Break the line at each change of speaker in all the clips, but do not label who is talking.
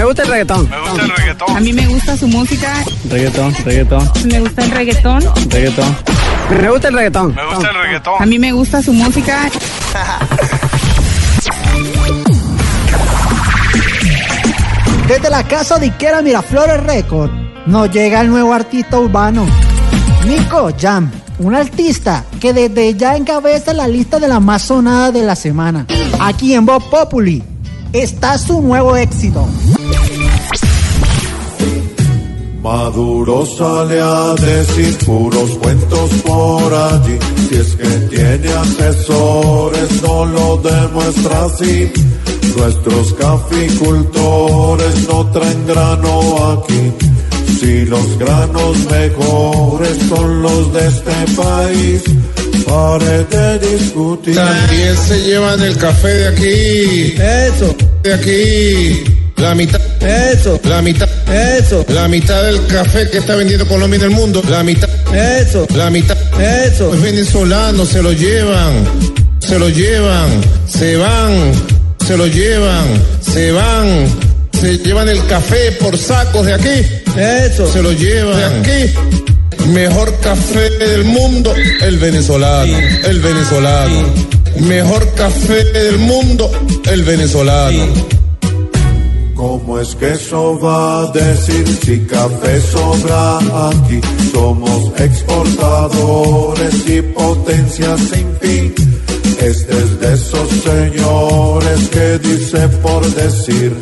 gusta el reggaetón.
Me gusta el reggaetón.
A mí me gusta su música,
Reggaetón, reggaetón,
me gusta el reggaetón.
reggaetón. Me gusta el reggaetón.
Me gusta el
A
reggaetón.
mí me gusta su música.
Desde la casa de Iquera Miraflores Record nos llega el nuevo artista urbano, Nico Jam, un artista que desde ya encabeza la lista de la más sonada de la semana. Aquí en Voz Populi está su nuevo éxito.
Maduro sale a decir puros cuentos por allí. Si es que tiene asesores, no lo demuestra así. Nuestros caficultores no traen grano aquí. Si los granos mejores son los de este país, pare de discutir.
También se llevan el café de aquí. Eso. De aquí. La mitad. Eso. La mitad. Eso. La mitad del café que está vendiendo Colombia en el mundo. La mitad. Eso. La mitad. Eso. Los venezolanos se lo llevan. Se lo llevan. Se van. Se lo llevan. Se van. Se llevan el café por sacos de aquí. Eso. Se lo llevan. De aquí. Mejor café del mundo, el venezolano, el venezolano. Mejor café del mundo, el venezolano.
¿Cómo es que eso va a decir si café sobra aquí? Somos exportadores y potencia sin fin. Este es de esos señores que dice por decir,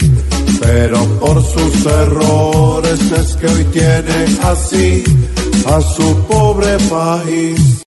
pero por sus errores es que hoy tiene así a su pobre país.